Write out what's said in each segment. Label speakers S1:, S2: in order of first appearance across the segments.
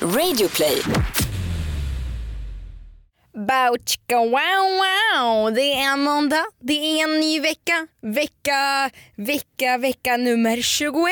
S1: Radioplay.
S2: Bouchka wow wow! Det är måndag, det är en ny vecka. Vecka, vecka, vecka nummer 21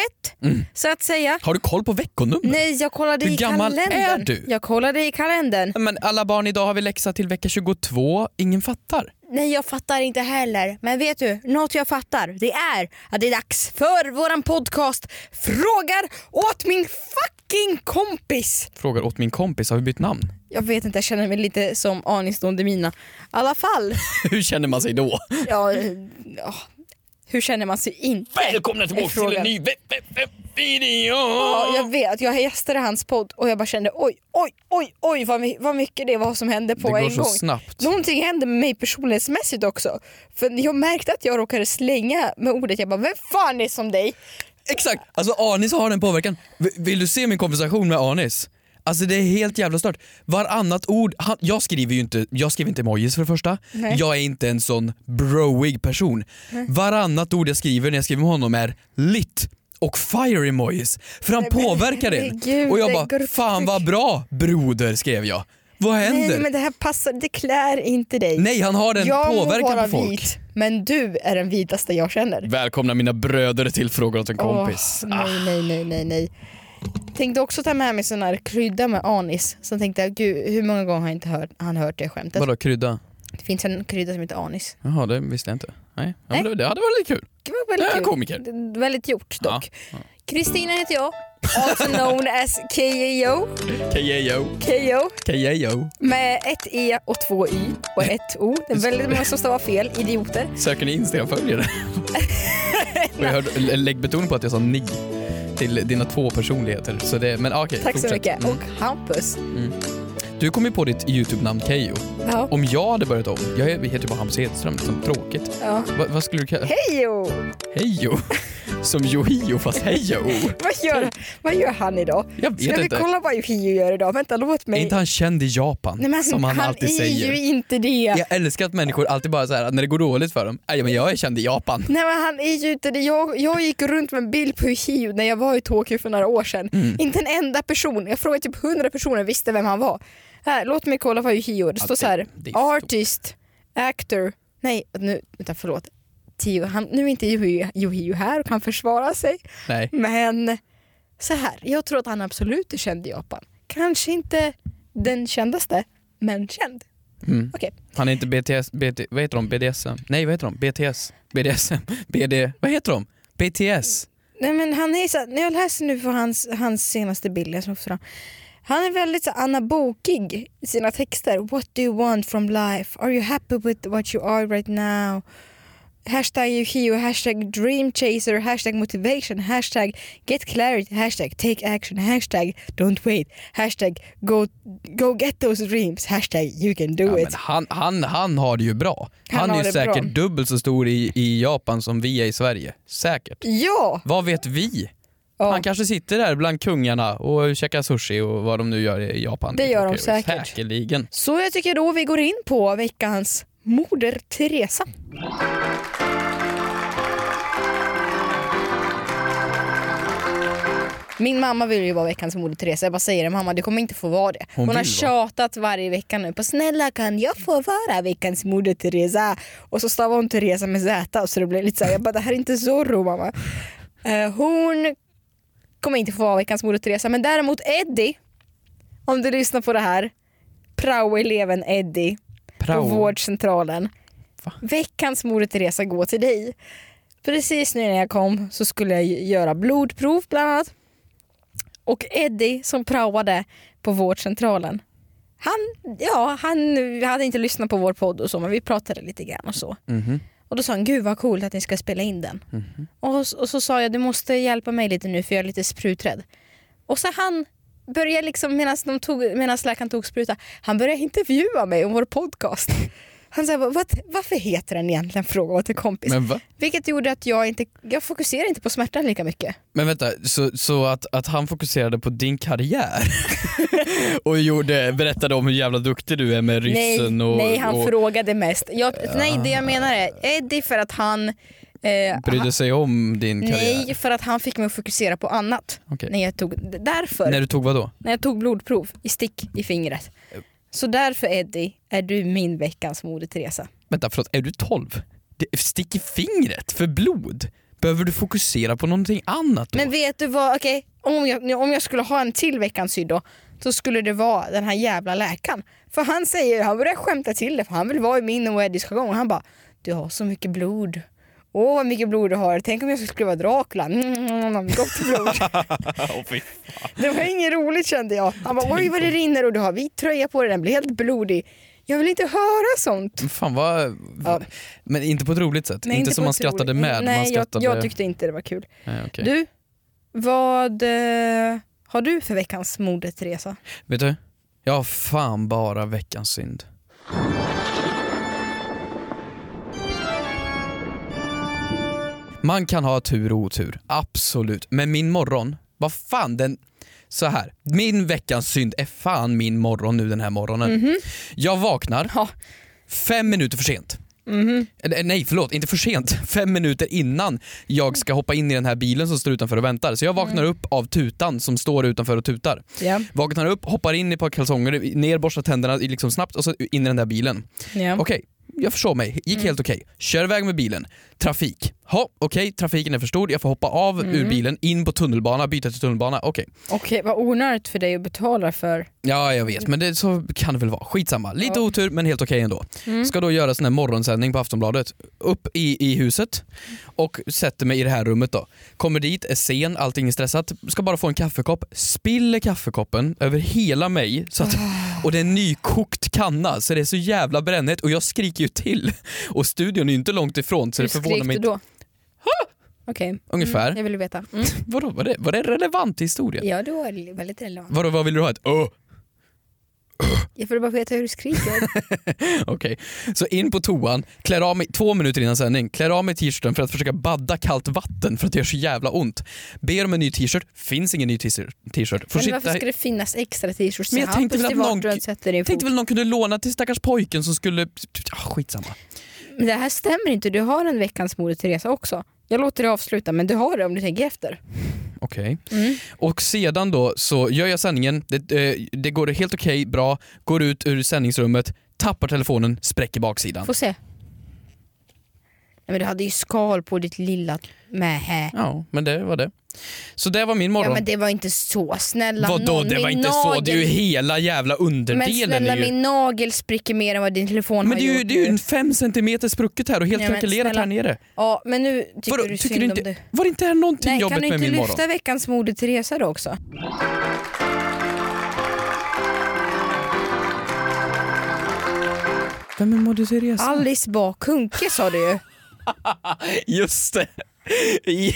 S2: så att säga.
S3: Har du koll på veckonummer?
S2: Nej jag kollade
S3: Mm. Hur
S2: i
S3: gammal
S2: kalendern.
S3: är du?
S2: Jag kollade i kalendern.
S3: Men alla barn, idag har vi läxa till vecka 22. Ingen fattar.
S2: Nej jag fattar inte heller. Men vet du, något jag fattar det är att det är dags för våran podcast Frågar åt min fucking kompis.
S3: Frågar åt min kompis, har vi bytt namn?
S2: Jag vet inte, jag känner mig lite som Anis Don Demina. I alla fall,
S3: Hur känner man sig då?
S2: ja, ja, hur känner man sig inte?
S3: Välkomna tillbaka till
S2: Frågan.
S3: en ny ve- ve- ve- video! Ah!
S2: Ja, jag vet, jag gästade hans podd och jag bara kände oj, oj, oj, oj vad, my- vad mycket det var som hände på
S3: det går
S2: en
S3: så
S2: gång.
S3: snabbt.
S2: Någonting hände med mig personlighetsmässigt också. För jag märkte att jag råkade slänga med ordet, jag bara vem fan är som dig?
S3: Exakt! Alltså Anis har den påverkan. V- Vill du se min konversation med Anis? Alltså det är helt jävla stört. Varannat ord, han, jag skriver ju inte, jag skriver inte emojis för det första.
S2: Nej.
S3: Jag är inte en sån broig person. Varannat ord jag skriver när jag skriver med honom är lit och fire emojis. För han
S2: Nej, men
S3: påverkar
S2: herregud,
S3: det. Och jag
S2: det går
S3: bara,
S2: upp
S3: fan vad bra broder skrev jag. Vad händer?
S2: Nej men det här passar, det klär inte dig.
S3: Nej, han har den
S2: jag må
S3: påverkan
S2: vara
S3: på folk.
S2: vit, men du är den vitaste jag känner.
S3: Välkomna mina bröder till Frågor åt en kompis.
S2: Åh,
S3: Ah.
S2: nej, nej, nej, nej, nej. Tänkte också ta med mig sån här krydda med anis. Sen tänkte jag, gud hur många gånger har inte hört, han hört det skämtet?
S3: Vadå krydda?
S2: Det finns en krydda som heter anis.
S3: Jaha, det visste jag inte. Nej, ja,
S2: Nej.
S3: men det- det hade varit lite kul.
S2: Det var väldigt
S3: Jag är
S2: kul.
S3: komiker.
S2: D- Väldigt gjort dock. Kristina heter jag, also known as KEO.
S3: Kejo,
S2: KEO
S3: kejo.
S2: med ett E och två Y och ett O. Det är väldigt många som stavar fel, idioter.
S3: Söker ni Instagram-följare? Och jag hörde, lä- lägg betoning på att jag sa ni till dina två personligheter. Så det, men okej,
S2: Tack så
S3: fortsätt. Mm.
S2: mycket. Och Hampus.
S3: Du kom ju på ditt YouTube-namn Kejo.
S2: Ja.
S3: Om jag hade börjat om, jag he- heter ju bara Hampus Hedström, liksom, tråkigt.
S2: ja.
S3: Va, vad skulle du kalla
S2: Hejo!
S3: Hejo? Som Johio fast Hejo?
S2: Vad gör, vad gör han idag?
S3: Jag vet
S2: Ska vi
S3: inte.
S2: kolla vad Hejo gör idag? Vänta, låt
S3: Är
S2: mig.
S3: inte han känd i Japan?
S2: Nej, men
S3: som han, alltid
S2: är
S3: säger.
S2: ju inte det.
S3: Jag älskar att människor alltid bara så här, när det går dåligt för dem, "Aj, men jag är känd i Japan.
S2: Nej men han är ju inte det. Jag, jag gick runt med en bild på Hugh när jag var i Tokyo för några år sedan.
S3: Mm.
S2: Inte en enda person, jag frågade typ 100 personer visste vem han var. Här, låt mig kolla på Hugh. Det
S3: Ja,
S2: står så
S3: det-
S2: här,
S3: det är stort.
S2: artist, actor, nej nu, vänta förlåt. Tio, han, nu är inte Yohio här och kan försvara sig.
S3: Nej.
S2: Men så här, jag tror att han absolut är känd i Japan. Kanske inte den kändaste, men känd.
S3: Mm.
S2: Okej.
S3: Han är inte BTS, BT, vad heter de? BDSM? Nej vad heter de? BTS? BDSM? BD? Vad heter de? BTS?
S2: Nej men han är så, när jag läser nu på hans, hans senaste bild, jag slog fram. Han är väldigt så anabokig i sina texter. What do you want from life? Are you happy with what you are right now? Hashtag Yuhio, hashtag dream chaser, hashtag motivation, hashtag get clarity, hashtag take action, hashtag don't wait, hashtag go, go get those dreams, hashtag you can do
S3: Ja, men
S2: it.
S3: han, han, han har det ju bra.
S2: Han
S3: Han,
S2: har
S3: är
S2: det
S3: ju säkert
S2: bra.
S3: dubbelt så stor i, i Japan som vi är i Sverige. Säkert.
S2: Ja!
S3: Vad vet vi?
S2: Ja.
S3: Han kanske sitter där bland kungarna och käkar sushi och vad de nu gör i Japan.
S2: Det gör de
S3: Okej,
S2: säkert.
S3: Säkerligen.
S2: Så jag tycker då vi går in på veckans Moder Teresa. Min mamma vill ju vara veckans Moder Teresa. Jag bara säger det, mamma du kommer inte få vara det. Hon,
S3: Hon
S2: har
S3: vill
S2: tjatat varje vecka nu på snälla kan jag få vara veckans Moder Teresa? Och så stavar hon Teresa med Z så det blir lite så här, jag bara det här är inte Zorro mamma. Eh, hon kommer inte få vara veckans Moder Teresa men däremot Eddie, om du lyssnar på det här, praoeleven Eddie på
S3: Prao.
S2: vårdcentralen.
S3: Va?
S2: Veckans Moder Teresa går till dig. Precis nu när jag kom så skulle jag ju göra blodprov bland annat. Och Eddie som praoade på vårdcentralen. Han, ja, han hade inte lyssnat på vår podd och så men vi pratade lite grann och så.
S3: Mhm.
S2: Och då sa han gud vad coolt att ni ska spela in den. Och, så- och så sa jag du måste hjälpa mig lite nu för jag är lite spruträdd. Och så han började liksom medan, de tog, medan läkaren tog spruta, han började intervjua mig om vår podcast. Han sa Vad, varför heter den egentligen fråga åt en kompis?
S3: Men va?
S2: Vilket gjorde att jag inte, jag fokuserade inte på smärtan lika mycket.
S3: Men vänta, så, så att, att han fokuserade på din karriär och gjorde, berättade om hur jävla duktig du är med ryssen
S2: nej,
S3: och...
S2: nej, han
S3: och,
S2: frågade mest. Jag, Nej, det jag menar är Eddie för att han Eh,
S3: Brydde sig om din
S2: han,
S3: karriär?
S2: nej, för att han fick mig att fokusera på annat.
S3: Okej.
S2: När jag tog, d- därför,
S3: När du tog vad då?
S2: när jag tog blodprov i stick i fingret. Så därför Eddie, är du min veckans Moder Teresa.
S3: Vänta, förlåt, är du 12? Det, stick i fingret för blod? Behöver du fokusera på någonting annat då?
S2: Men vet du vad, okej, om, jag, om jag skulle ha en till veckans sydd då, så skulle det vara den här jävla läkaren. För han säger, han börjar skämta till det för han vill vara i min och Eddies jargong. Och Han bara, du har så mycket blod. Åh vad mycket blod du har, tänk om jag skulle vara Dracula. Mm, gott blod.
S3: Åh, fy.
S2: Det var inget roligt kände jag. Han bara, oj vad det rinner och du har vit tröja på dig, den blir helt blodig. Jag vill inte höra sånt.
S3: Men Fan vad...
S2: Ja.
S3: Men inte på ett roligt sätt?
S2: Nej,
S3: inte
S2: på
S3: som man
S2: ett roligt-
S3: skrattade med?
S2: Nej,
S3: man skrattade...
S2: jag, jag tyckte inte det var kul.
S3: Nej, okej.
S2: Du, vad eh, har du för veckans Moder Teresa?
S3: Vet du? Jag har fan bara veckans synd. Man kan ha tur och otur, absolut. Men min morgon, vad fan den... Så här, min veckans synd är fan min morgon nu den här morgonen. Jag vaknar
S2: Ja.
S3: fem minuter för sent. Eller, Nej förlåt, inte för sent. Fem minuter innan jag ska hoppa in i den här bilen som står utanför och väntar. Så jag vaknar upp av tutan som står utanför och tutar.
S2: Ja.
S3: Vaknar upp, hoppar in i ett par kalsonger, ner, borstar tänderna liksom snabbt och så in i den där bilen.
S2: Ja.
S3: Okej, jag förstår mig. Gick helt okej. Kör iväg med bilen. Trafik. Ha, okej, trafiken är för stor. Jag får hoppa av ur bilen, in på tunnelbana, byta till tunnelbana. Okej.
S2: Okej, vad onödigt för dig att betala för.
S3: Ja, jag vet, men det, så kan det väl vara. Skitsamma. Lite
S2: Ja. Mm.
S3: otur, men helt okej ändå. Ska då göra sån här morgonsändning på Aftonbladet. Upp i, i huset och sätter mig i det här rummet då. Kommer dit, är sen, allting är stressat. Ska bara få en kaffekopp. Spiller kaffekoppen över hela mig. Så att,
S2: Ah.
S3: och det är en nykokt kanna, så det är så jävla brännigt. Och jag skriker ju till. Och studion är ju inte långt ifrån, så
S2: Hur
S3: det förvånar
S2: skrek
S3: mig
S2: du
S3: inte.
S2: då? Okej,
S3: Ungefär.
S2: jag ville veta.
S3: Vadå, var det, var det en relevant historia?
S2: Ja, du var väldigt relevant.
S3: Vadå, vad vill du ha? Ett "Åh"?
S2: Jag ville bara veta hur du skriker.
S3: Okej, så in på toan, klär av mig, två minuter innan sändning, klär av mig t-shirten för att försöka badda kallt vatten för att det gör så jävla ont. Ber om en ny t-shirt, finns ingen ny t-shirt. t-shirt. Får
S2: Men
S3: sitta
S2: varför ska det finnas extra t-shirts?
S3: Men jag
S2: Ja,
S3: tänkte väl att
S2: puss i vart
S3: någon-
S2: du än sätter dig i fot.
S3: Tänkte väl någon kunde låna till stackars pojken som skulle... Ah, skitsamma.
S2: Men det här stämmer inte, du har en veckans Moder Teresa också. Jag låter dig avsluta men du har det om du tänker efter.
S3: Okej.
S2: Mm.
S3: Och sedan då så gör jag sändningen, det, eh, det går helt okej, bra, går ut ur sändningsrummet, tappar telefonen, spräcker baksidan.
S2: Få se. Nej, men du hade ju skal på ditt lilla mähä.
S3: Ja, men det var det. Så det var min
S2: Ja
S3: morgon.
S2: men det var inte så, snälla
S3: Vadå,
S2: någon,
S3: det var
S2: min
S3: inte så? Det är ju
S2: nagel-
S3: hela jävla
S2: Men
S3: underdelen.
S2: snälla
S3: är ju...
S2: min nagel spricker mer än vad din telefon
S3: Men
S2: har
S3: det är ju,
S2: gjort
S3: det är ju
S2: nu.
S3: en fem centimeter sprucket här och helt
S2: Nej, men
S3: krackelerat
S2: snälla.
S3: här nere.
S2: Ja, men nu tycker
S3: Vadå,
S2: du
S3: tycker
S2: synd
S3: du
S2: om
S3: inte,
S2: det.
S3: var det inte här någonting
S2: Nej,
S3: jobbigt
S2: kan du
S3: med
S2: inte
S3: min
S2: lyfta
S3: morgon?
S2: veckans Moder Teresa då också?
S3: Vem är Moder Teresa?
S2: Alice Bah Kuhnke sa du ju.
S3: Just det! I-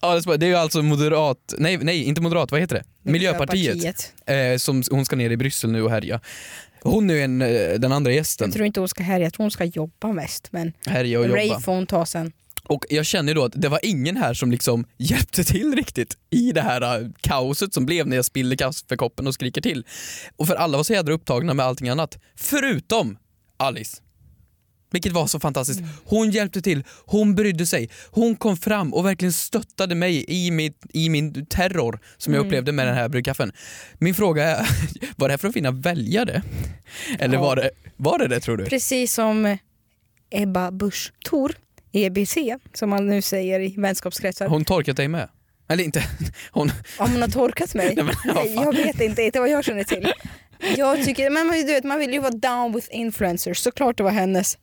S3: Ja, det är så- det är ju alltså moderat, nej, nej inte moderat, vad heter det? Miljöpartiet. Eh, som hon ska ner i Bryssel nu och härja. Hon är ju en, eh, den andra gästen.
S2: Jag tror inte hon ska härja, jag tror hon ska jobba mest. Men
S3: Härja och
S2: Ray
S3: jobba.
S2: får hon ta sen.
S3: Och jag känner ju då att det var ingen här som liksom hjälpte till riktigt i det här eh, kaoset som blev när jag spillde kaffekoppen och skriker till. Och för alla var så jädra upptagna med allting annat, förutom Alice. Vilket var så fantastiskt.
S2: Mm.
S3: Hon hjälpte till, hon brydde sig, hon kom fram och verkligen stöttade mig i, mitt, i min terror som
S2: Mm,
S3: jag upplevde med den här bryggkaffen. Min fråga är, var det här för att finna väljare? Eller
S2: Ja.
S3: var, det, var det det tror du?
S2: Precis som Ebba Busch Thor, EBC, som man nu säger i vänskapskretsar.
S3: Hon torkat dig med? Eller inte, hon...
S2: Om hon har torkat mig?
S3: Nej, men vad
S2: Nej,
S3: fan.
S2: jag vet inte, inte vad jag känner till. Jag tycker, men man, du vet, man vill ju vara down with influencers, såklart det var hennes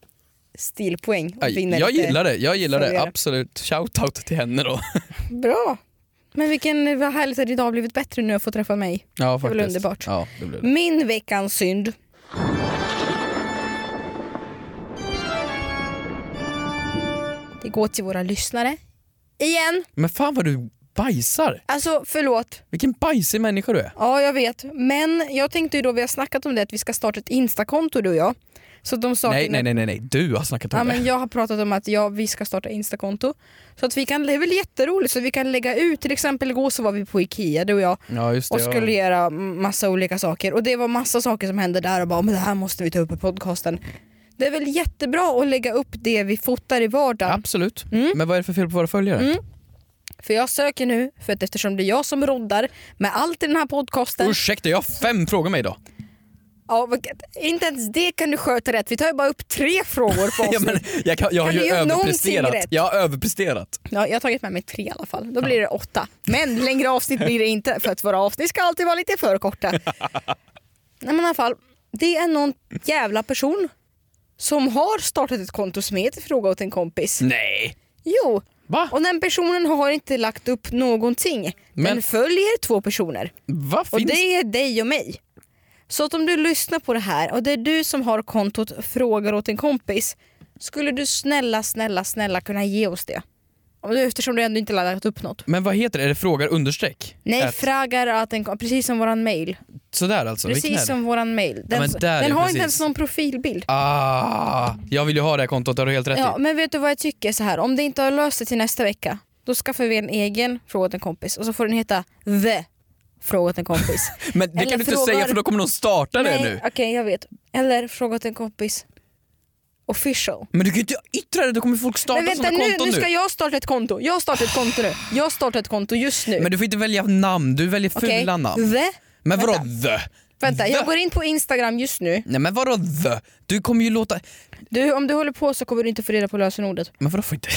S2: stilpoäng. att
S3: Aj,
S2: vinna
S3: jag
S2: lite
S3: gillar det, jag gillar det.
S2: följare.
S3: Absolut. Shoutout till henne då.
S2: Bra. Men vilken, vad härligt att idag har blivit bättre nu när jag får träffa mig.
S3: Ja,
S2: Det är väl faktiskt. underbart.
S3: Ja, det blev det.
S2: Min veckans synd. Det går till våra lyssnare. Igen!
S3: Men fan vad du bajsar.
S2: Alltså förlåt.
S3: Vilken bajsig människa du är.
S2: Ja jag vet. Men jag tänkte ju då, vi har snackat om det, att vi ska starta ett instakonto du och jag. Så att de sakerna...
S3: Nej, nej, nej, nej, nej, du har snackat om
S2: Ja,
S3: det.
S2: men jag har pratat om att ja, vi ska starta instakonto. Så att vi kan, det är väl jätteroligt, så vi kan lägga ut, till exempel igår så var vi på Ikea du och jag.
S3: Ja, just det.
S2: och
S3: ja.
S2: skulle göra massa olika saker. Och det var massa saker som hände där och bara, men det här måste vi ta upp i podcasten. Det är väl jättebra att lägga upp det vi fotar i vardagen.
S3: Absolut.
S2: Mm.
S3: Men vad är det för fel på våra följare?
S2: Mm. För jag söker nu, för att eftersom det är jag som roddar med allt i den här podcasten.
S3: Ursäkta, jag har fem frågor med idag.
S2: Ja, vad- inte ens det kan du sköta rätt. Vi tar ju bara upp tre frågor på oss.
S3: Ja, men, jag, kan, jag har
S2: Kan
S3: ju
S2: du göra någonting
S3: överpresterat.
S2: rätt?
S3: Jag har överpresterat.
S2: Ja, jag har tagit med mig tre i alla fall. Då blir det åtta. Men längre avsnitt blir det inte för att våra avsnitt ska alltid vara lite för korta. Nej men i alla fall, det är någon jävla person som har startat ett konto som heter Fråga åt en kompis.
S3: Nej.
S2: Jo,
S3: Mm. Va?
S2: och den personen har inte lagt upp någonting. Den
S3: Men-
S2: följer två personer
S3: Vad
S2: och
S3: finns
S2: det är dig och mig. Så att om du lyssnar på det här och det är du som har kontot Frågar åt en kompis skulle du snälla, snälla, snälla kunna ge oss det? Om du, eftersom du ändå inte laddat upp något.
S3: Men vad heter det? Är det frågar understreck?
S2: Nej,
S3: Att-
S2: frågar att en kom- precis som våran mail.
S3: Sådär alltså? Vilken är
S2: Precis
S3: det?
S2: som våran mail. Den,
S3: men
S2: den
S3: där
S2: har
S3: är
S2: inte
S3: precis.
S2: ens någon profilbild.
S3: Ah, jag vill ju ha det här kontot, det har du helt rätt
S2: Ja,
S3: i.
S2: men vet du vad jag tycker så här? Om det inte har löst sig till nästa vecka, då skaffar vi en egen Fråga åt en kompis och så får den heta The Fråga åt en kompis.
S3: Men det
S2: Eller
S3: kan du inte
S2: frågar-
S3: säga för då kommer någon starta det
S2: Nej,
S3: nu.
S2: okej jag vet. Eller Fråga åt en kompis official.
S3: Men du kan ju inte yttra det, då kommer folk starta
S2: Men vänta
S3: sådana
S2: nu,
S3: konton
S2: nu ska jag starta ett konto. Jag startar ett konto nu. Jag startar ett konto just nu.
S3: Men du får inte välja namn, du väljer
S2: Okej,
S3: fula namn.
S2: The.
S3: Men vadå
S2: vänta.
S3: the?
S2: Vänta,
S3: the?
S2: jag går in på Instagram just nu.
S3: Nej men vadå the? Du kommer ju låta...
S2: Du, om du håller på så kommer du inte få reda på lösenordet.
S3: Men vadå får inte...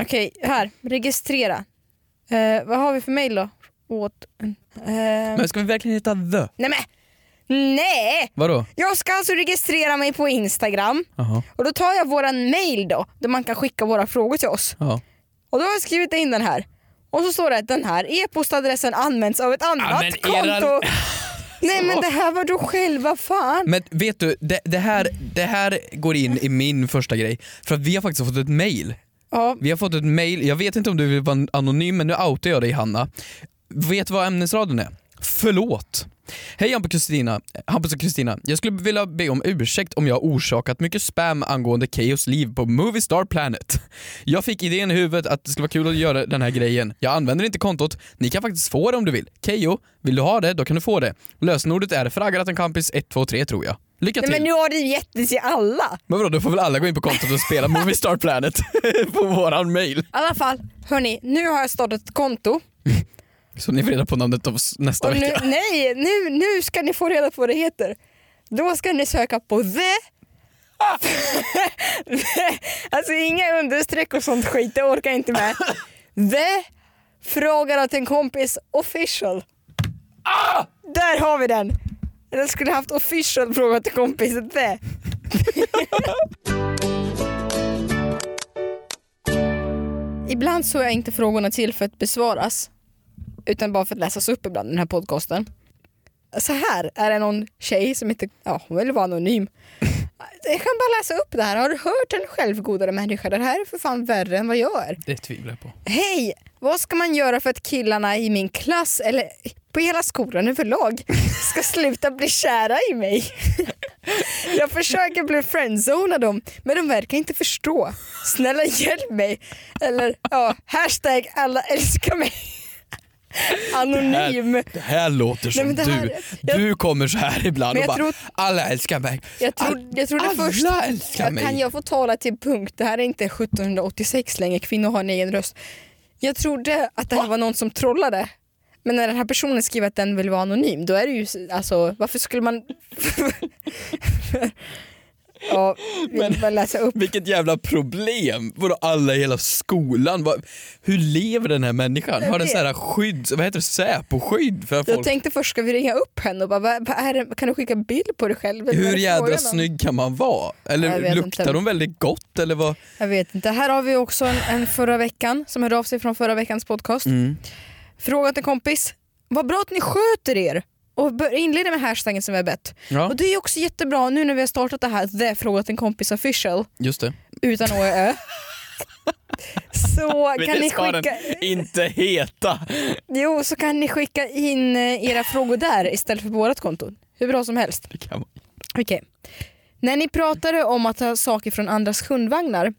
S2: Okej, här. Registrera. Eh, vad har vi för mejl då? Åt... Eh,
S3: Men ska vi verkligen heta the?
S2: Nej men! Nej!
S3: Vadå?
S2: Jag ska alltså registrera mig på Instagram
S3: Jaha.
S2: och då tar jag våran mail då, där man kan skicka våra frågor till oss.
S3: Ja.
S2: Och då har jag skrivit in den här. Och så står det att den här e-postadressen används av ett annat
S3: men era-
S2: konto. Nej men det här var då själva fan.
S3: Men vet du, det, det, här, det här går in i min första grej. För att vi har faktiskt fått ett mail.
S2: Ja,
S3: Vi har fått ett mail, jag vet inte om du vill vara anonym men nu outar jag dig Hanna. Vet du vad ämnesraden är? Förlåt. Hej Hampus och Kristina. Hampus och Kristina. Jag skulle vilja be om ursäkt om jag har orsakat mycket spam angående Keos liv på Movie Star Planet. Jag fick idén i huvudet att det skulle vara kul att göra den här grejen. Jag använder inte kontot. Ni kan faktiskt få det om du vill. Keyyo, vill du ha det, då kan du få det. Lösenordet är fraggat en kampis 123 tror jag. Lycka till!
S2: Nej, men nu har du gett det till alla.
S3: Men vadå, då får väl alla gå in på kontot och spela Movie Star Planet på våran mail.
S2: I alla fall, hörni, nu har jag startat ett konto.
S3: Så ni får reda på namnet av oss nästa
S2: Och nu,
S3: vecka.
S2: nej, nu, nu ska ni få reda på vad det heter. Då ska ni söka på the. alltså inga understreck och sånt skit, det orkar jag inte med. The frågar åt en kompis official. Där har vi den! Jag skulle haft official fråga till kompis the. Ibland så är inte frågorna till för att besvaras utan bara för att läsas upp ibland i den här podcasten. Så här är det någon tjej som inte, ja hon vill vara anonym. Jag kan bara läsa upp det här. Har du hört en självgodare människa? Det här är för fan värre än vad jag är.
S3: Det tvivlar jag på.
S2: Hej! Vad ska man göra för att killarna i min klass, eller på hela skolan överlag, ska sluta bli kära i mig? Jag försöker bli friendzonad dem, men de verkar inte förstå. Snälla hjälp mig! Eller ja, hashtag alla älskar mig. Anonym.
S3: Det här låter som
S2: Nej, men det här-
S3: du.
S2: jag-
S3: Du kommer så här ibland
S2: Men jag
S3: och bara
S2: tror-
S3: alla älskar mig.
S2: Jag, tro, jag trodde
S3: alla
S2: först...
S3: älskar mig.
S2: Kan jag få tala till punkt? Det här är inte 1786 längre, kvinnor har en egen röst. Jag trodde att det här var någon som trollade. Men när den här personen skriver att den vill vara anonym, då är det ju alltså, varför skulle man... ja, vill
S3: Men-
S2: bara läsa upp.
S3: Vilket jävla problem. Vadå alla i hela skolan? Vad- Hur lever den här människan? Har den så här skydd, vad heter det, Säpo-skydd för
S2: Jag
S3: folk?
S2: tänkte först, ska vi ringa upp henne och bara, vad, vad är det, kan du skicka bild på dig själv? Eller vad är
S3: Hur
S2: det
S3: jädra
S2: frågan om?
S3: snygg kan man vara?
S2: Jag
S3: Eller
S2: vet
S3: luktar
S2: inte.
S3: de väldigt gott eller vad?
S2: Jag vet inte. Här har vi också en, en förra veckan som hörde av sig från förra veckans podcast.
S3: Mm.
S2: Fråga till kompis. Vad bra att ni sköter er och bör- inleder med hashtaggen som vi har bett.
S3: Ja,
S2: Och det är också jättebra nu när vi har startat det här The fråga till en kompis official
S3: just det.
S2: utan å ö. Så
S3: Men
S2: kan,
S3: det
S2: ni
S3: ska den
S2: skicka,
S3: inte heta.
S2: jo, så kan ni skicka in eh, era frågor där istället för på vårt konto. Hur bra som helst.
S3: Det kan man.
S2: Okej. När ni pratade om att ta saker från andras kundvagnar,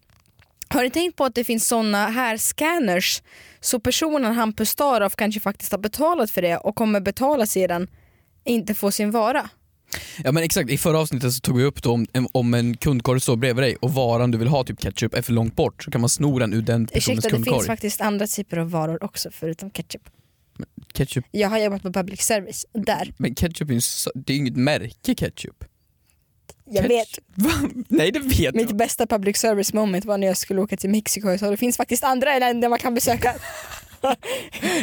S2: har ni tänkt på att det finns såna här scanners? Så personen Hampus Staroff kanske faktiskt har betalat för det och kommer betala sedan inte få sin vara.
S3: Ja men exakt, i förra avsnittet så tog vi upp då om, om en kundkorg står bredvid dig och varan du vill ha, typ ketchup, är för långt bort så kan man sno den ur den personens
S2: Ursäkta, det
S3: kundkorg.
S2: finns faktiskt andra typer av varor också förutom ketchup.
S3: ketchup,
S2: Jag har jobbat på public service, där.
S3: men ketchup är ju så- det är ju inget märke ketchup.
S2: Jag
S3: Ketchup-
S2: vet.
S3: Va? Nej det vet jag
S2: Mitt bästa public service moment var när jag skulle åka till Mexiko och sa det finns faktiskt andra länder man kan besöka.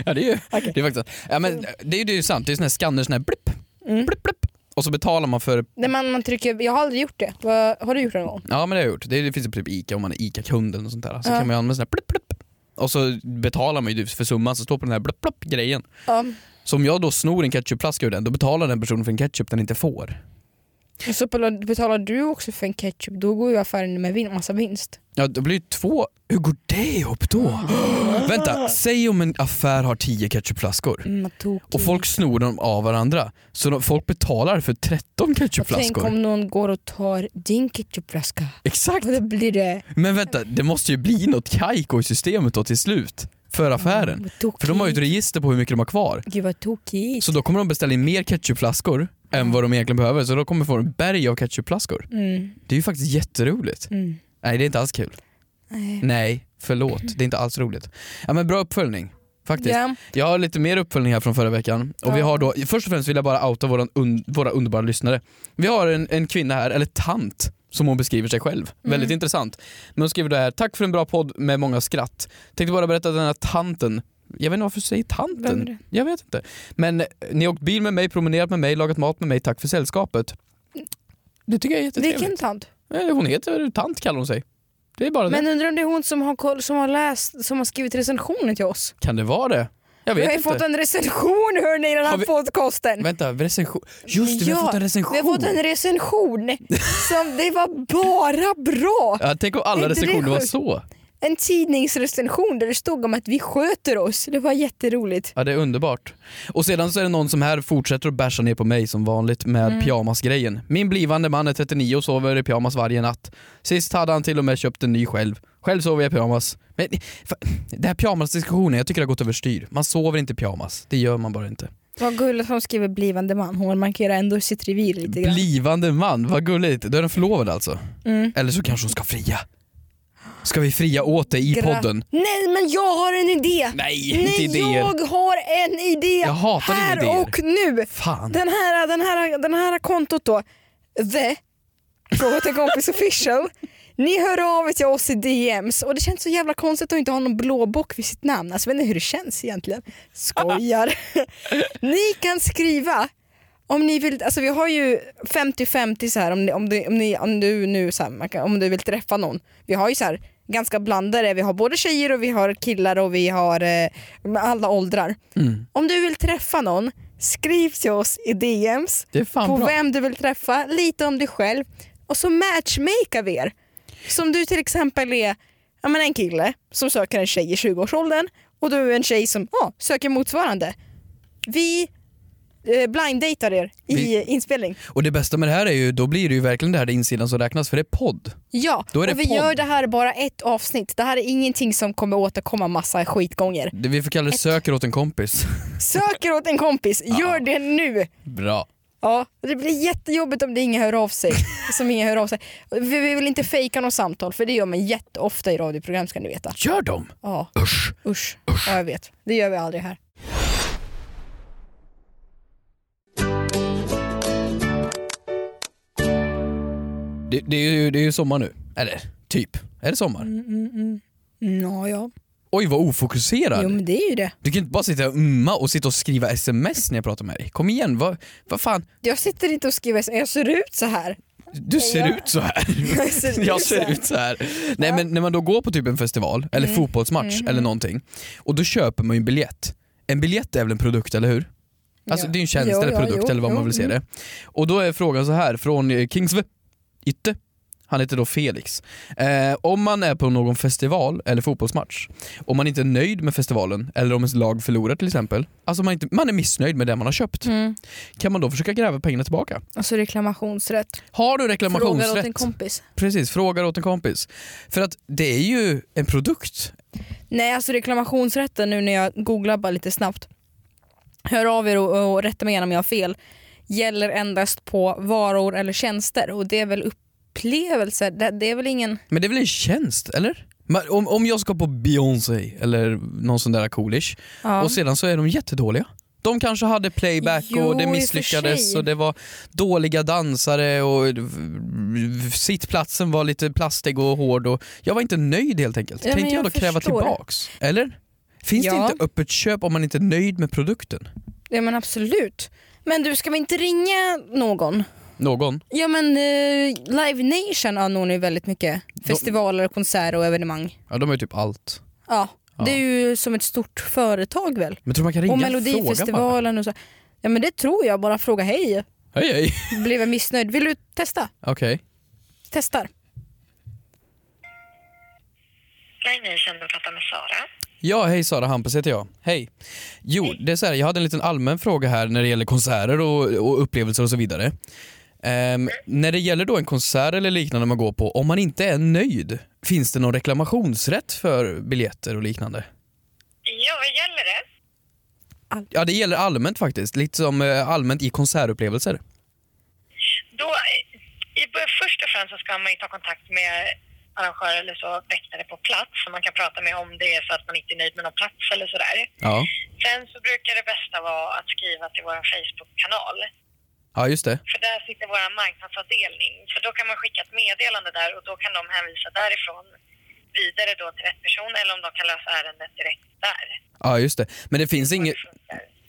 S3: Ja det är ju
S2: Okej.
S3: det är faktiskt sant. ja, men det är ju det är ju sant, det är sån här skanner, sån här blipp,
S2: Mm.
S3: blipp, blipp. Och så betalar man för,
S2: När man, man trycker, jag har aldrig gjort det. Vad- Har du gjort det någon gång?
S3: ja men det har jag gjort, det, är- det finns ju på typ ICA om man är ICA-kunden och sånt där. Så
S2: Ja.
S3: kan man ju använda sån här blipp, blipp. Och så betalar man ju för summan som står på den här blipp, blipp grejen.
S2: Ja.
S3: Så om jag då snor en ketchupflaska ur den, då betalar den personen för en ketchup den inte får.
S2: Och Så betalar- betalar du också för en ketchup, då går ju affären med vin, massa vinst.
S3: Ja, det blir ju två... Hur går det ihop då? Vänta, säg om en affär har tio ketchupflaskor
S2: Mm, vad tokigt.
S3: och folk snor dem av varandra. Så de, folk betalar för 13
S2: Och Tänk
S3: ketchupflaskor.
S2: om någon går och tar din ketchupflaska.
S3: Exakt!
S2: Och då blir det...
S3: Men vänta, det måste ju bli något kajko i systemet då till slut. För affären.
S2: Mm, vad tokigt.
S3: För de har ju ett register på hur mycket de har kvar.
S2: Gud vad tokigt.
S3: Så då kommer de beställa in mer ketchupflaskor än vad de egentligen behöver. Så då kommer de få en berg av ketchupflaskor.
S2: Mm,
S3: Det är ju faktiskt jätteroligt.
S2: mm.
S3: Nej, det är inte alls kul.
S2: Nej.
S3: Nej, förlåt. Det är inte alls roligt. Ja, men bra uppföljning. Faktiskt.
S2: Ja.
S3: Jag har lite mer uppföljning här från förra veckan. Och vi
S2: Ja.
S3: har då, först och främst vill jag bara outa våran un, våra underbara lyssnare. Vi har en, en kvinna här, eller tant, som hon beskriver sig själv. Väldigt intressant. Men hon skriver det här, tack för en bra podd med många skratt. Tänkte bara berätta att den här tanten, jag vet inte varför du säger
S2: Vem är
S3: tanten?
S2: det?
S3: Jag vet inte. Men eh, ni har åkt bil med mig, promenerat med mig, lagat mat med mig, tack för sällskapet. Det tycker jag är jättetrevligt.
S2: Vilken tant?
S3: Eh, Hon heter tant kallar hon sig. Det är bara det.
S2: Men undrar om det är hon som har, koll, som har, läst, som har skrivit recensionen till oss?
S3: Kan det vara det? Jag
S2: Vi
S3: vet
S2: har ju
S3: inte.
S2: fått en recension hörni i den
S3: Har
S2: här
S3: vi-
S2: podcasten.
S3: Vänta, recension. Just det, vi har
S2: Ja,
S3: fått en recension.
S2: Vi har fått en recension som det var bara bra.
S3: Ja, tänk om
S2: Är
S3: alla
S2: inte det
S3: recensioner var
S2: sjukt?
S3: så.
S2: En tidningsrecension där det stod om att vi sköter oss. Det var jätteroligt.
S3: Ja, det är underbart. Och sedan så är det någon som här fortsätter att basha ner på mig som vanligt med
S2: Mm.
S3: pyjamasgrejen. Min blivande man är 39 och sover i pyjamas varje natt. Sist hade han till och med köpt en ny själv. Själv sover jag i pyjamas. Men fa- det här pyjamasdiskussionen, jag tycker det har gått överstyr. Man sover inte i pyjamas. Det gör man bara inte.
S2: Vad gulligt hon skriver blivande man. Hon markerar ändå sitt revir lite grann.
S3: Blivande man, vad gulligt. Då är den förlovad alltså.
S2: Mm.
S3: Eller så kanske hon ska fria. Ska vi fria åt dig i
S2: Gra-
S3: podden?
S2: Nej men jag har en idé!
S3: Nej, inte
S2: Nej
S3: idéer.
S2: jag har en idé!
S3: Jag hatar dina
S2: här
S3: idéer.
S2: och nu!
S3: Fan.
S2: Den här, den, här, den här kontot då, the, fråga till kompis official. Ni hör av er till oss i DMs och det känns så jävla konstigt att inte ha någon blå bock vid sitt namn. Alltså, jag vet inte hur det känns egentligen. Skojar. ni kan skriva om ni vill, alltså vi har ju 50-50 så här om, ni, om, du, om, ni, om du nu så här, man kan- om du vill träffa någon. Vi har ju så här ganska blandade, vi har både tjejer och vi har killar och vi har eh, med alla åldrar.
S3: Mm.
S2: Om du vill träffa någon, skriv till oss i DMs
S3: Det är fan
S2: på
S3: bra.
S2: vem du vill träffa, lite om dig själv och så matchmakar vi er. Som du till exempel är ja, men en kille som söker en tjej i 20-årsåldern och du är en tjej som ja, söker motsvarande. Vi eh, blinddejtar er i
S3: Vi-
S2: inspelning.
S3: Och det bästa med det här är ju, då blir det ju verkligen det här där insidan som räknas för det är podd.
S2: Ja,
S3: Då är det
S2: och vi
S3: podd.
S2: gör det här bara ett avsnitt. Det här är ingenting som kommer återkomma massa skitgånger.
S3: Det vi får kalla det söker åt en kompis.
S2: Söker åt en kompis, gör det nu!
S3: Bra.
S2: Ja, det blir jättejobbigt om det ingen hör av sig. Som ingen hör av sig. Vi vi vill inte fejka något samtal för det gör man jätteofta i radioprogram ska ni veta.
S3: Gör dem!
S2: Ja,
S3: Usch!
S2: usch. Ja, jag vet. Det gör vi aldrig här.
S3: Det, det, är ju, det är ju sommar nu. Eller typ. Är det sommar?
S2: Mm. Nå, ja.
S3: Oj vad ofokuserad.
S2: Jo men det är ju det.
S3: Du kan inte bara sitta och umma och sitta och skriva sms när jag pratar med dig. Kom igen, vad, vad fan?
S2: Jag sitter inte och skriver jag ser ut så här.
S3: Du ser
S2: jag-
S3: ut så här.
S2: Jag ser ut
S3: jag
S2: så här. Mm.
S3: ser ut så här. Nej men när man då går på typ en festival eller fotbollsmatch eller någonting och då köper man ju en biljett. En biljett är väl en produkt, eller hur? Alltså
S2: Ja.
S3: det är ju en tjänst
S2: Jo,
S3: eller
S2: ja,
S3: produkt
S2: jo,
S3: eller
S2: jo,
S3: vad
S2: mm.
S3: man vill se det. Och då är frågan så här från eh, Kings V- Ytte. Han heter då Felix. Eh, om man är på någon festival eller fotbollsmatch, om man inte är nöjd med festivalen eller om ens lag förlorar till exempel, alltså man, inte, man är missnöjd med det man har köpt,
S2: Mm.
S3: kan man då försöka gräva pengarna tillbaka?
S2: Alltså reklamationsrätt.
S3: Har du
S2: Frågar åt en
S3: reklamationsrätt?
S2: kompis.
S3: Precis, frågar åt en kompis. För att det är ju en produkt.
S2: Nej, alltså reklamationsrätten nu när jag googlar bara lite snabbt. Hör av er och, och rätta mig gärna om jag har fel. gäller endast på varor eller tjänster och det är väl upplevelser, det, det är väl ingen...
S3: Men det är väl en tjänst, eller? Men Om, om jag ska på Beyoncé eller någon sån där coolish
S2: Ja.
S3: och sedan så är de jättedåliga. De kanske hade playback
S2: Jo,
S3: och
S2: i och
S3: det
S2: för
S3: misslyckades
S2: sig.
S3: och det var dåliga dansare och v- v- sittplatsen var lite plastig och hård och jag var inte nöjd helt enkelt.
S2: Ja, men
S3: Kan inte jag
S2: jag
S3: då kräva
S2: förstår.
S3: tillbaks? Eller? Finns
S2: Ja.
S3: det inte öppet köp om man inte är nöjd med produkten?
S2: Ja men absolut. Men du ska väl inte ringa någon?
S3: Någon?
S2: Ja men eh, Live Nation anordnar ju väldigt mycket festivaler, konserter och evenemang.
S3: Ja, de har ju typ allt.
S2: Ja,
S3: Ja.
S2: det är ju som ett stort företag väl?
S3: Men tror du man kan ringa
S2: Och
S3: fråga bara?
S2: Melodifestivalen och så. Ja men det tror jag, bara fråga hej.
S3: Hej hej.
S2: Blev jag missnöjd? Vill du testa?
S3: Okej.
S2: Testar.
S1: Nej, ni känner att prata med Sara.
S3: Ja, hej Sara Hampus heter jag. Hej. Jo, det är så här, jag hade en liten allmän fråga här när det gäller konserter och, och upplevelser och så vidare. Ehm, när det gäller då en konsert eller liknande man går på, om man inte är nöjd, finns det någon reklamationsrätt för biljetter och liknande?
S1: Ja, vad gäller det?
S3: Ja, det gäller allmänt faktiskt, lite som eh, allmänt i konsertupplevelser.
S1: Då, i, först och främst så ska man ju ta kontakt med arrangörer eller så väktare på plats som man kan prata med om det är så att man inte är nöjd med någon plats eller sådär.
S3: Ja,
S1: Sen så brukar det bästa vara att skriva till vår Facebook-kanal.
S3: ja just det.
S1: För där sitter vår marknadsavdelning. För då kan man skicka ett meddelande där och då kan de hänvisa därifrån vidare då till rätt person eller om de kan lösa ärendet direkt där.
S3: Ja, just det. Men det finns inget...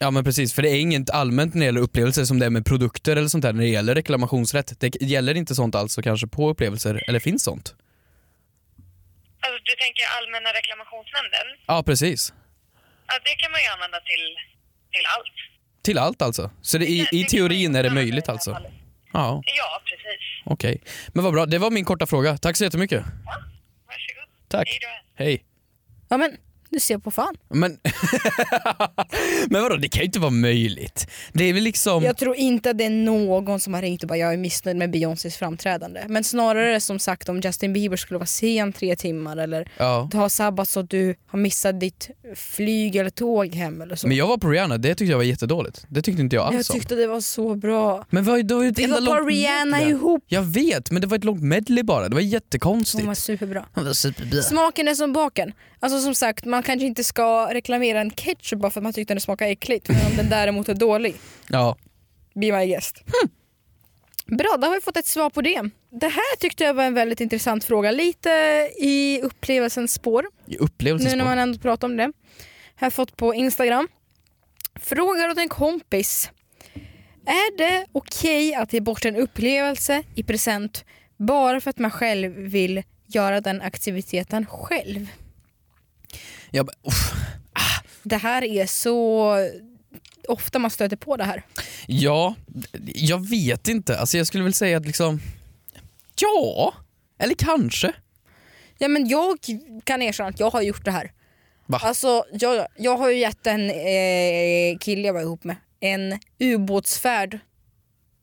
S3: Ja men precis, för det är inget allmänt när det gäller upplevelser som det är med produkter eller sånt där när det gäller reklamationsrätt. Det gäller inte sånt alltså kanske på upplevelser, eller finns sånt?
S1: Alltså du tänker allmänna reklamationsnämnden?
S3: Ja precis.
S1: Ja, det kan man ju använda till, till allt.
S3: Till allt alltså. Så det, i,
S1: Det- det
S3: i
S1: kan
S3: teorin
S1: man
S3: är
S1: ju
S3: det
S1: använda i
S3: möjligt
S1: det här
S3: alltså?
S1: fallet.
S3: Ja,
S1: Ja, precis.
S3: okej. Men vad bra, det var min korta fråga. Tack så jättemycket.
S1: Ja, varsågod.
S3: Tack.
S1: Hej då.
S3: Hej.
S2: Ja men, du ser på fan.
S3: Men, men vadå, det kan ju inte vara möjligt. Det är väl liksom...
S2: Jag tror inte att det är någon som har ringt och bara jag är missnöjd med Beyoncés framträdande. Men snarare som sagt om Justin Bieber skulle vara sen tre timmar eller
S3: Ja.
S2: ha sabbat så att du har missat ditt flyg eller tåg hem eller så.
S3: Men jag var på Rihanna, det tyckte jag var jättedåligt. Det tyckte inte jag
S2: jag
S3: alls om.
S2: tyckte det var så bra.
S3: Men vad, det var ju ett
S2: Det
S3: enda
S2: var bara
S3: långt
S2: Rihanna
S3: medley.
S2: ihop.
S3: Jag vet, men det var ett långt medley bara. Det var jättekonstigt.
S2: Hon var superbra.
S3: Han var superbra.
S2: Smaken är som baken. Alltså som sagt, man kanske inte ska reklamera en ketchup bara för att man tyckte den smakade äckligt. Men om den däremot är dålig,
S3: Ja.
S2: be my guest.
S3: Hm.
S2: Bra, då har vi fått ett svar på det. Det här tyckte jag var en väldigt intressant fråga. Lite i upplevelsens spår.
S3: I upplevelsen
S2: Nu när man ändå pratar om det. Här fått på Instagram. Frågar åt en kompis. Är det okej att ge bort en upplevelse i present bara för att man själv vill göra den aktiviteten själv?
S3: jag, bara, uff.
S2: Det här är så ofta man stöter på det här.
S3: ja, jag vet inte. Alltså jag skulle väl säga att liksom... Ja, eller kanske.
S2: Ja, men jag kan erkänna att jag har gjort det här.
S3: Va?
S2: Alltså, jag, jag har ju gett en eh, kille jag var ihop med en ubåtsfärd.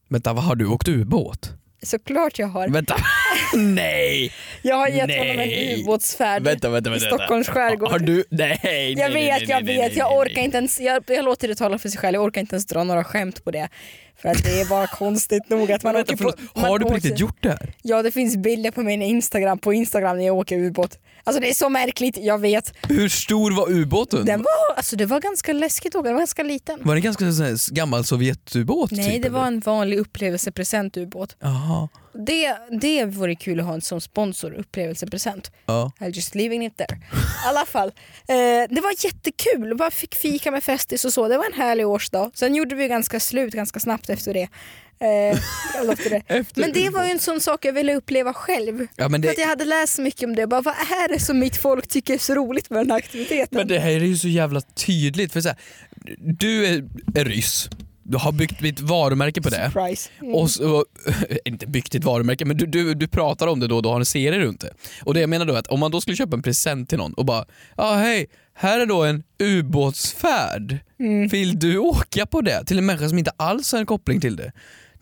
S3: Vänta, vad har du åkt ubåt?
S2: Såklart jag har.
S3: Vänta, nej!
S2: Jag har gett
S3: Nej.
S2: honom en ubåtsfärd
S3: Vänta, vänta,
S2: i
S3: vänta.
S2: Stockholms skärgård.
S3: Har du? Nej, nej,
S2: Jag
S3: nej, nej,
S2: vet, jag
S3: nej,
S2: vet.
S3: nej,
S2: Jag
S3: nej,
S2: orkar
S3: nej.
S2: inte ens, jag, jag låter det tala för sig själv. Jag orkar inte ens dra några skämt på det. För att det är bara konstigt nog att man
S3: Vänta,
S2: åker på...
S3: förlåt, har
S2: man
S3: du på riktigt
S2: åker-
S3: gjort det här?
S2: Ja, det finns bilder på min Instagram, på Instagram när jag åker ubåt. Alltså det är så märkligt, jag vet.
S3: Hur stor var ubåten?
S2: Den var, alltså det var ganska läskigt att åka, den var ganska liten.
S3: Var det en ganska sån här gammal Sovjetubåt?
S2: Nej,
S3: typ,
S2: det var
S3: eller?
S2: en vanlig upplevelsepresent ubåt.
S3: Jaha,
S2: Det, det vore kul att ha en som sponsor, upplevelsepresent.
S3: ja.
S2: I'm just leaving it there. I alla fall, eh, det var jättekul. Bara fick fika med festis och så. Det var en härlig årsdag. Sen gjorde vi ganska slut ganska snabbt efter det. Eh, jag låter det.
S3: Efter
S2: men det var ju en sån sak jag ville uppleva själv.
S3: Ja, men det-
S2: För att jag hade läst så mycket om det. Bara, vad är det som mitt folk tycker är så roligt med den här aktiviteten?
S3: Men det här är ju så jävla tydligt. För så här, du är, är ryss, du har byggt ditt varumärke på det.
S2: Surprise. Mm.
S3: Och så, inte byggt ditt varumärke, men du, du, du pratar om det då och då har en serie runt det. Och det jag menar då är att om man då skulle köpa en present till någon och bara ja ah, hej, här är då en ubåtsfärd. Vill du åka på det? Till en människa som inte alls har en koppling till det.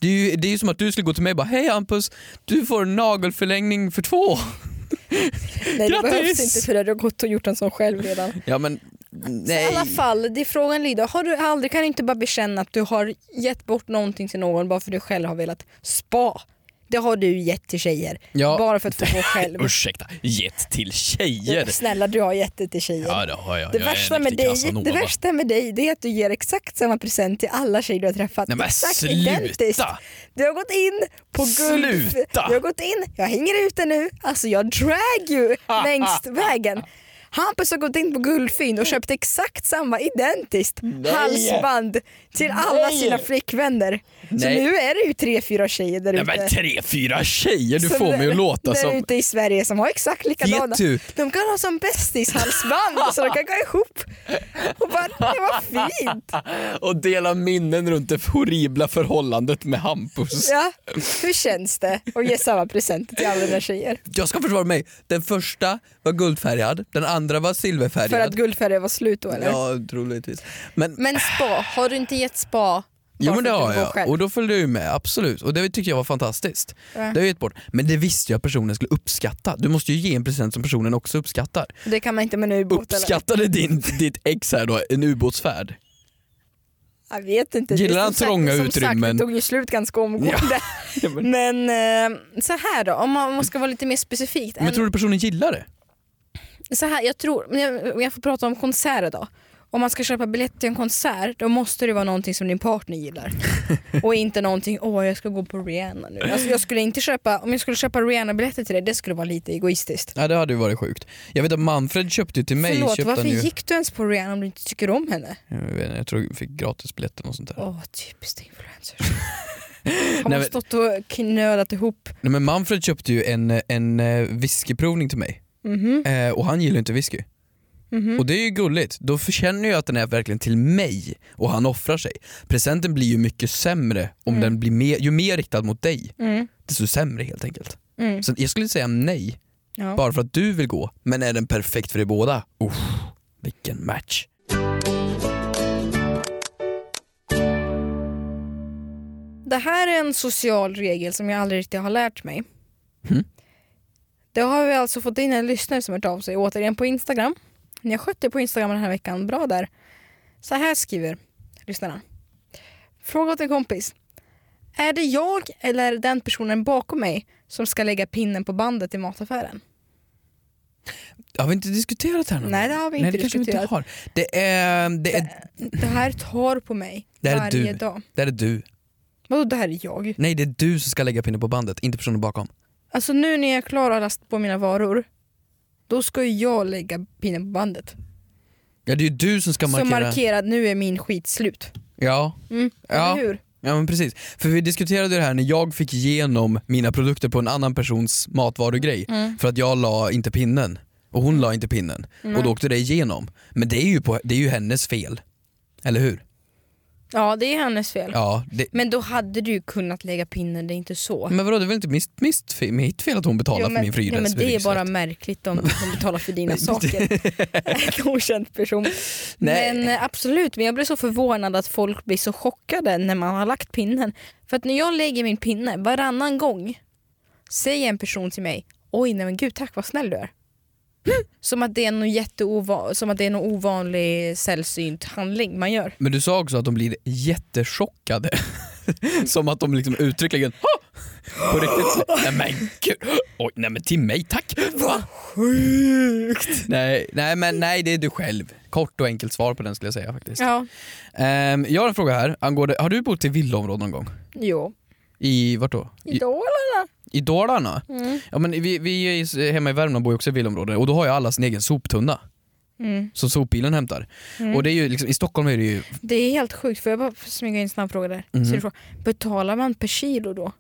S3: Det är ju, det är ju som att du skulle gå till mig och bara hej Hampus, du får en nagelförlängning för två.
S2: Nej, det
S3: grattis!
S2: behövs inte för det. Du har gått och gjort en sån själv redan.
S3: Ja men
S2: I
S3: Nej.
S2: alla fall, det frågan lyder, har du aldrig, kan du inte bara bekänna att du har gett bort någonting till någon bara för att du själv har velat spa? Det har du gett till tjejer.
S3: Ja.
S2: Bara för att få gå själv.
S3: Ursäkta, gett till tjejer.
S2: Snälla du har gett det till tjejer.
S3: Ja det har jag.
S2: Det
S3: jag är en
S2: värsta, med
S3: riktig
S2: dig,
S3: Casanova.
S2: det värsta med dig det är att du ger exakt samma present till alla tjejer du har träffat.
S3: Nej, men
S2: exakt
S3: sluta!
S2: Du har gått in på guld.
S3: Sluta!
S2: Du har gått in, jag hänger ute nu, alltså jag drag ju längst vägen. Hampus har gått in på Guldfynd och köpt exakt samma, identiskt halsband till alla sina flickvänner. Så
S3: Nej.
S2: nu är det ju tre, fyra tjejer där
S3: Nej
S2: ute.
S3: men tre, fyra tjejer, du
S2: som-
S3: får mig att låta
S2: där
S3: som...
S2: ute i Sverige som har exakt likadana.
S3: Vet du?
S2: De kan ha som bästishalsband så de kan gå ihop. Och bara, det var fint.
S3: Och dela minnen runt det horribla förhållandet med Hampus.
S2: Ja. Hur känns det att ge samma present till alla dina tjejer?
S3: Jag ska försvara mig. Den första var guldfärgad, den andra var silverfärgad.
S2: För att guldfärgen var slut då eller?
S3: Ja, troligtvis. Men,
S2: Men spa, har du inte gett spa?
S3: jo,
S2: bara
S3: men det
S2: för att
S3: har
S2: du går
S3: jag.
S2: själv?
S3: Och då följde jag ju med, absolut. Och det tyckte jag var fantastiskt. Det har jag gett bort. Men det visste jag att personen skulle uppskatta. Du måste ju ge en present som personen också uppskattar.
S2: Det kan man inte med en ubåt eller?
S3: Uppskattade din, ditt ex här då en ubåtsfärd?
S2: Jag vet inte.
S3: Gillar
S2: Det är
S3: han
S2: som sagt-
S3: trånga
S2: som Sagt,
S3: utrymmen?
S2: det tog ju slut ganska omgående.
S3: men-
S2: men eh, så här då, om man om man ska vara lite mer specifikt.
S3: Men
S2: En-
S3: tror du personen gillar det?
S2: så här, jag tror, men jag, om jag får prata om konserter då. Om man ska köpa biljett till en konsert då måste det vara någonting som din partner gillar. Och inte någonting, åh jag ska gå på Rihanna nu. Alltså, jag skulle inte köpa, om jag skulle köpa Rihanna-biljetter till dig, det skulle vara lite egoistiskt.
S3: Ja det hade ju varit sjukt. Jag vet att Manfred köpte ju till mig.
S2: Förlåt,
S3: köpte
S2: varför
S3: han ju,
S2: gick du ens på Rihanna om du inte tycker om henne?
S3: Jag, vet inte, jag tror jag fick gratisbiljetter och sånt där.
S2: Åh, typiskt influencers. Har man
S3: men-
S2: stått och knölat ihop?
S3: Nej, men Manfred köpte ju en, en eh, whiskyprovning till mig.
S2: Mhm.
S3: Eh, och han gillar ju inte whisky. Och det är ju gulligt, då känner jag att den är verkligen till mig och han offrar sig. Presenten blir ju mycket sämre om den blir mer, ju mer riktad mot dig,
S2: Mm.
S3: desto sämre helt enkelt.
S2: Mm.
S3: Så jag skulle säga nej,
S2: Ja.
S3: bara för att du vill gå. Men är den perfekt för er båda? Uff, vilken match.
S2: Det här är en social regel som jag aldrig riktigt har lärt mig.
S3: Mm.
S2: Det har vi alltså fått in en lyssnare som hört av sig återigen på Instagram. Ni har skött er på Instagram den här veckan, bra där. Så här skriver lyssnarna. Fråga åt en kompis. Är det jag eller är det den personen bakom mig som ska lägga pinnen på bandet i mataffären?
S3: Har vi inte diskuterat det här någon
S2: Nej,
S3: gång?
S2: det har vi
S3: Nej,
S2: inte
S3: det kanske Vi
S2: diskuterat.
S3: inte har. Det, är, det, är,
S2: Det här tar på mig
S3: Det här är
S2: varje
S3: du.
S2: dag.
S3: det är du.
S2: Vadå det här är jag?
S3: Nej, det är du som ska lägga pinnen på bandet, inte personen bakom.
S2: Alltså nu när jag är klar att lasta på mina varor, då ska ju jag lägga pinnen på bandet.
S3: Ja, det är ju du som ska
S2: Som
S3: markera.
S2: markerar nu är min skit slut.
S3: ja.
S2: Mm,
S3: Ja.
S2: Eller hur?
S3: ja, men precis. För vi diskuterade det här när jag fick igenom mina produkter på en annan persons matvarugrej
S2: Mm.
S3: för att jag la inte pinnen och hon la inte pinnen och då åkte det igenom. Men det är ju, på, det är ju hennes fel. Eller hur?
S2: Ja, det är hennes fel.
S3: Ja, det,
S2: Men då hade du ju kunnat lägga pinnen, det är inte så.
S3: men vadå, det är väl inte mist, mist, fe- mitt fel att hon betalar
S2: Jo,
S3: Mm, för
S2: men,
S3: min
S2: jo, men
S3: frilans
S2: det är bara märkligt om de betalar för dina saker. En okänd person.
S3: Nej.
S2: Men eh, absolut, men jag blir så förvånad att folk blir så chockade när man har lagt pinnen. För att när jag lägger min pinne, varannan gång säger en person till mig Oj, nej men gud tack vad snäll du är. Som att det är någon jätteova- som att det är någon ovanlig sällsynt handling man gör.
S3: Men du sa också att de blir jättechockade. Som att de liksom uttryckligen "Ha!" på riktigt. Nej men gud. Oj, nej men till mig tack. Va? Sjukt. Nej, nej men nej det är du själv. Kort och enkelt svar på den skulle jag säga faktiskt.
S2: Ja,
S3: Ehm, jag har en fråga här angående, har du bott i villaområden någon gång?
S2: jo.
S3: I vart då? I,
S2: Idolerna.
S3: i Dalarna? Ja men vi, vi är i- hemma i Värmland bor ju också i villaområden och då har ju alla sin egen soptunna.
S2: Mm.
S3: Som sopbilen hämtar. Och det är ju liksom, i Stockholm är det ju
S2: Det är helt sjukt, får jag bara smyga in en snabb fråga där?
S3: Mhm.
S2: Så du får, betalar man per kilo då?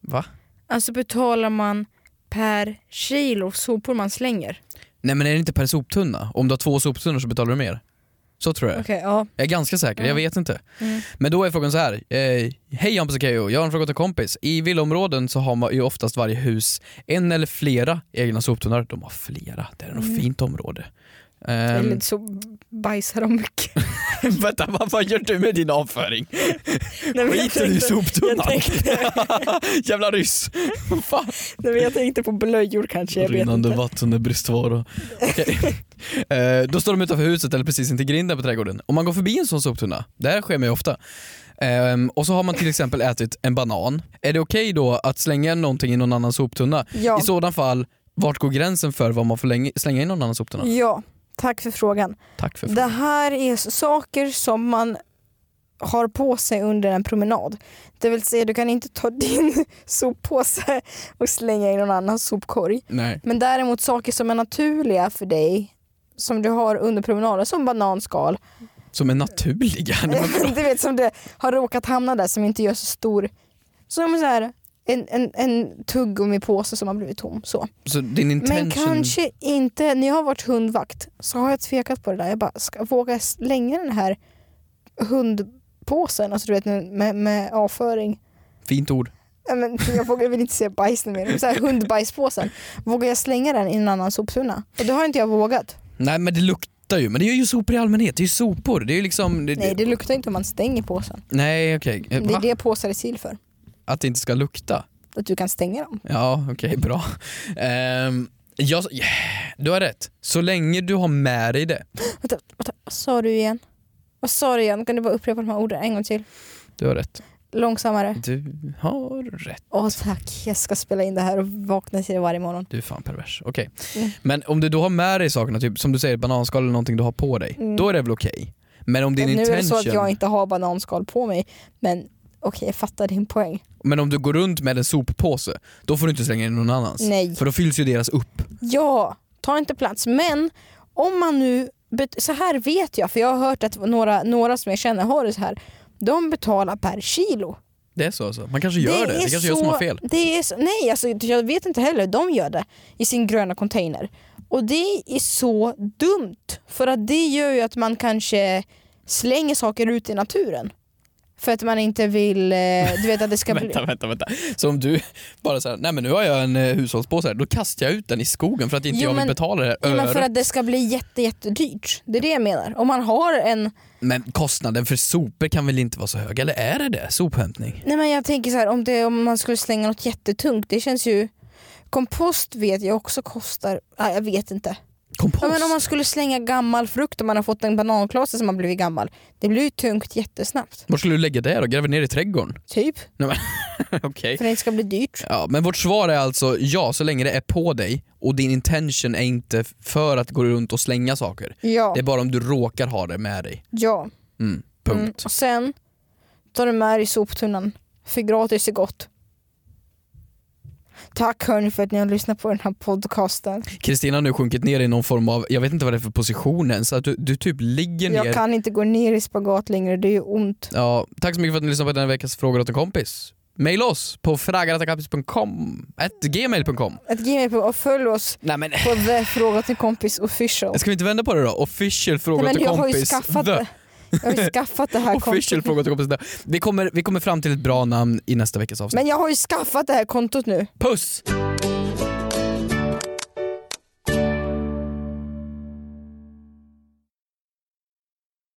S3: Va?
S2: Alltså betalar man per kilo sopor man slänger?
S3: Nej men är det inte per soptunna? Om du har två soptunnor så betalar du mer. Så tror jag.
S2: Okej, ja.
S3: Jag är ganska säker, jag vet inte.
S2: Mm.
S3: Men då är frågan så här. Eh, Hej Hampus och Keyyo, jag har en fråga till kompis. I villaområden så har man ju oftast varje hus en eller flera egna soptunnor. De har flera, det är nog fint område. Ehm,
S2: Mm. Eller så bajsar de mycket.
S3: vänta, vad fan gör du med din avföring?
S2: Nej, men jag
S3: Skiter du i
S2: tänkte- Jag
S3: soptunnan?
S2: tänkte,
S3: Jävla ryss! Vad fan?
S2: nej, men jag tänkte på blöjor kanske. Jag vet
S3: Rinnande
S2: inte.
S3: vatten är bristvara. Okej. Eh, då står de utanför huset eller precis intill grinden på trädgården. Om man går förbi en sån soptunna, det här sker mig ofta, ehm, och så har man till exempel ätit en banan. Är det okej då att slänga någonting i någon annan soptunna?
S2: Ja.
S3: I sådan fall, vart går gränsen för vad man får länge- slänga i någon annan soptunna?
S2: Ja, tack för frågan.
S3: Tack för
S2: Det här är s- saker som man har på sig under en promenad. Det vill säga du kan inte ta din soppåse och slänga i någon annans sopkorg.
S3: Nej.
S2: Men däremot saker som är naturliga för dig som du har under promenaden som bananskal.
S3: Som är naturliga. Nej,
S2: Eh,
S3: men vadå?
S2: du vet som det har råkat hamna där som inte gör så stor som så här, en, en, en tuggummipåse som har blivit tom. Så.
S3: så din
S2: Men
S3: intention...
S2: kanske inte, när jag har varit hundvakt så har jag tvekat på det där. Jag bara, ska, våga jag slänga den här hundpåsen, alltså du vet med, med avföring.
S3: Fint ord.
S2: Nej, Men, jag vågar väl inte säga bajs nu mer, men så här, hundbajspåsen. Vågar jag slänga den i en annan soptunna? Och det har inte jag vågat.
S3: Nej men det luktar ju, men det är ju sopor i allmänhet, det är ju sopor. Det är ju liksom... Det,
S2: Nej det luktar inte om man stänger påsen.
S3: Nej okej. Eh,
S2: Det är
S3: va?
S2: det påsar är till för.
S3: Att det inte ska lukta?
S2: Att du kan stänga dem.
S3: Ja, okej, bra. Ehm, jag, du har rätt. Så länge du har med dig det.
S2: Vänta, vänta, vad sa du igen? Vad sa du igen? Kan du bara upprepa de här orden en gång till?
S3: Du har rätt.
S2: Långsammare.
S3: Du har rätt.
S2: Åh tack, jag ska spela in det här och vakna till det varje morgon.
S3: Du är fan pervers. Okej.
S2: Mm.
S3: Men om du då har med dig sakerna, typ, som du säger, bananskal eller någonting du har på dig,
S2: Mm.
S3: då är det väl okej? Men om din
S2: nu är det så
S3: intention...
S2: att jag inte har bananskal på mig, men okej jag fattar din poäng.
S3: Men om du går runt med en soppåse, då får du inte slänga den någon annans.
S2: Nej.
S3: För då fylls ju deras upp.
S2: Ja, ta inte plats. Men om man nu, bet- så här vet jag, för jag har hört att några, några som jag känner har det så här, de betalar per kilo.
S3: Det är så alltså. Man kanske gör det. Det,
S2: är
S3: kanske är jag som har fel.
S2: Det är så, nej, alltså, jag vet inte heller. De gör det i sin gröna container. Och det är så dumt. För att det gör ju att man kanske slänger saker ut i naturen. För att man inte vill, eh, du vet att det ska bli...
S3: Vänta, vänta, vänta. Så om du bara såhär, nej men nu har jag en eh, hushållspåse här, då kastar jag ut den i skogen för att inte
S2: Jo,
S3: jag vill
S2: men-
S3: betala det här
S2: Ja,
S3: öret.
S2: men för att det ska bli jätte, jättedyrt. Det är det jag menar. Om man har en...
S3: Men kostnaden för sopor kan väl inte vara så hög? Eller är det det? Sophämtning?
S2: Nej men jag tänker så här, om, det, om man skulle slänga något jättetungt, det känns ju... Kompost vet jag också kostar... Nej, jag vet inte.
S3: Kompost?
S2: Ja, men om man skulle slänga gammal frukt och man har fått en bananklase som har blivit gammal. Det blir ju tungt jättesnabbt.
S3: Var skulle du lägga det då? Gräva ner i trädgården?
S2: Typ.
S3: Okej.
S2: För det ska bli dyrt.
S3: Ja, men vårt svar är alltså ja, så länge det är på dig och din intention är inte för att gå runt och slänga saker.
S2: Ja.
S3: Det är bara om du råkar ha det med dig.
S2: ja.
S3: Mm,
S2: Mm.
S3: punkt.
S2: Och sen tar du med dig soptunnan. För gratis är gott. Tack hörni för att ni har lyssnat på den här podcasten.
S3: Kristina har nu sjunkit ner i någon form av, jag vet inte vad det är för position ens, att du, du typ ligger ner
S2: Jag kan inte gå ner i spagat längre, det gör ont.
S3: Ja, tack så mycket för att ni lyssnade på denna veckas frågor åt en kompis. Maila oss på fraggaratakompis.com, gmail.com.
S2: Att ge mig på och följ oss
S3: Nej men,
S2: på The Fråga till kompis official.
S3: ska vi inte vända på det då? Official frågor
S2: Nej,
S3: åt
S2: men
S3: en
S2: jag har
S3: kompis.
S2: ju skaffat
S3: The
S2: det. Jag har ju skaffat det här
S3: Official
S2: kontot.
S3: frågor åt en kompis. The. Vi kommer, vi kommer fram till ett bra namn i nästa veckas avsnitt.
S2: Men jag har ju skaffat det här kontot nu.
S3: Puss!